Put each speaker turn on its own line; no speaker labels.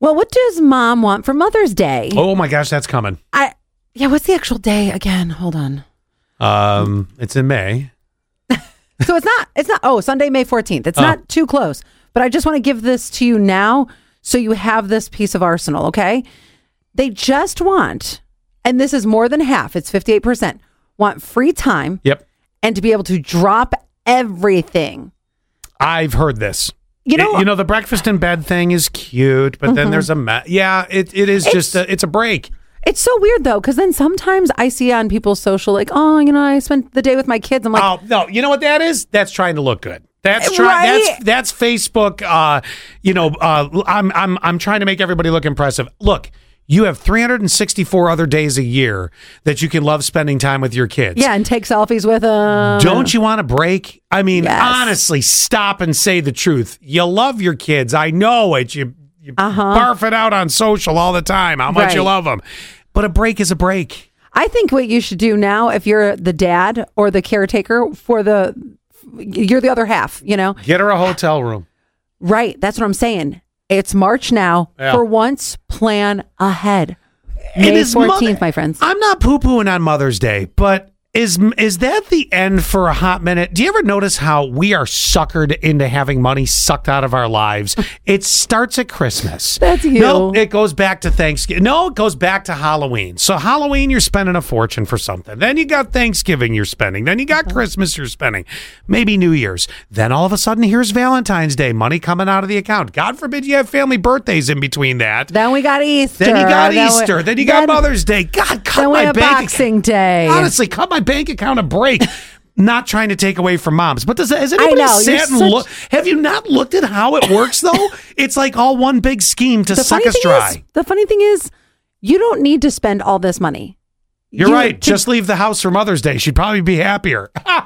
Well, what does mom want for Mother's Day?
Oh my gosh, that's coming.
I yeah, what's the actual day again? Hold on.
Um, it's in May.
So it's not it's not oh, Sunday, May 14th. It's not too close. But I just want to give this to you now so you have this piece of arsenal, okay? They just want and this is more than half, it's 58%, want free time
Yep,
and to be able to drop everything.
I've heard this.
You know- Mm-hmm.
It- you know, the breakfast in bed thing is cute, but then there's a ma- yeah. It it is just a, it's a break.
It's so weird though, because then sometimes I see on people's social like, oh, you know, I spent the day with my kids. I'm like,
oh no, you know what that is? That's trying to look good. That's trying.
Right?
That's that's Facebook. Uh, you know, uh, I'm I'm I'm trying to make everybody look impressive. Look. You have 364 other days a year that you can love spending time with your kids.
yeah, and take selfies with them.
Don't you want a break? I mean,
Yes.
honestly, stop and say the truth. You love your kids. I know it. You, you barf it out on social all the time how much
Uh-huh.
you
Right.
love them. But a break is a break.
I think what you should do now, if you're the dad or the caretaker for the, you're the other half, you know?
Get her a hotel room.
Right. That's what I'm saying. It's March now.
Yeah.
For once, plan ahead. May
And is
14th,
Mother-
my friends.
I'm not poo pooing on Mother's Day, but is is that the end for a hot minute? Do you ever notice how we are suckered into having money sucked out of our lives? It starts at Christmas.
That's you.
No, it goes back to Thanksgiving. No, it goes back to Halloween. So Halloween, you're spending a fortune for something. Then you got Thanksgiving, you're spending. Then you
Uh-huh.
got Christmas, you're spending. Maybe New Year's. Then all of a sudden, here's Valentine's Day. Money coming out of the account. God forbid you have family birthdays in between that.
Then we got Easter.
Then you got
we-
Easter. then you got Mother's Day. God, cut
Then we
my
have
bank.
Boxing Day.
Honestly, cut my bank account a break. not trying to take away from moms, but does has anybody
know, you're
sat and
such-
look? Have you not looked at how it works though? it's like all one big scheme to
the
suck
funny
us
thing
dry.
is, the funny thing is, you don't need to spend all this money.
You're
You-
right.
to-
Just leave the house for Mother's Day. She'd probably be happier.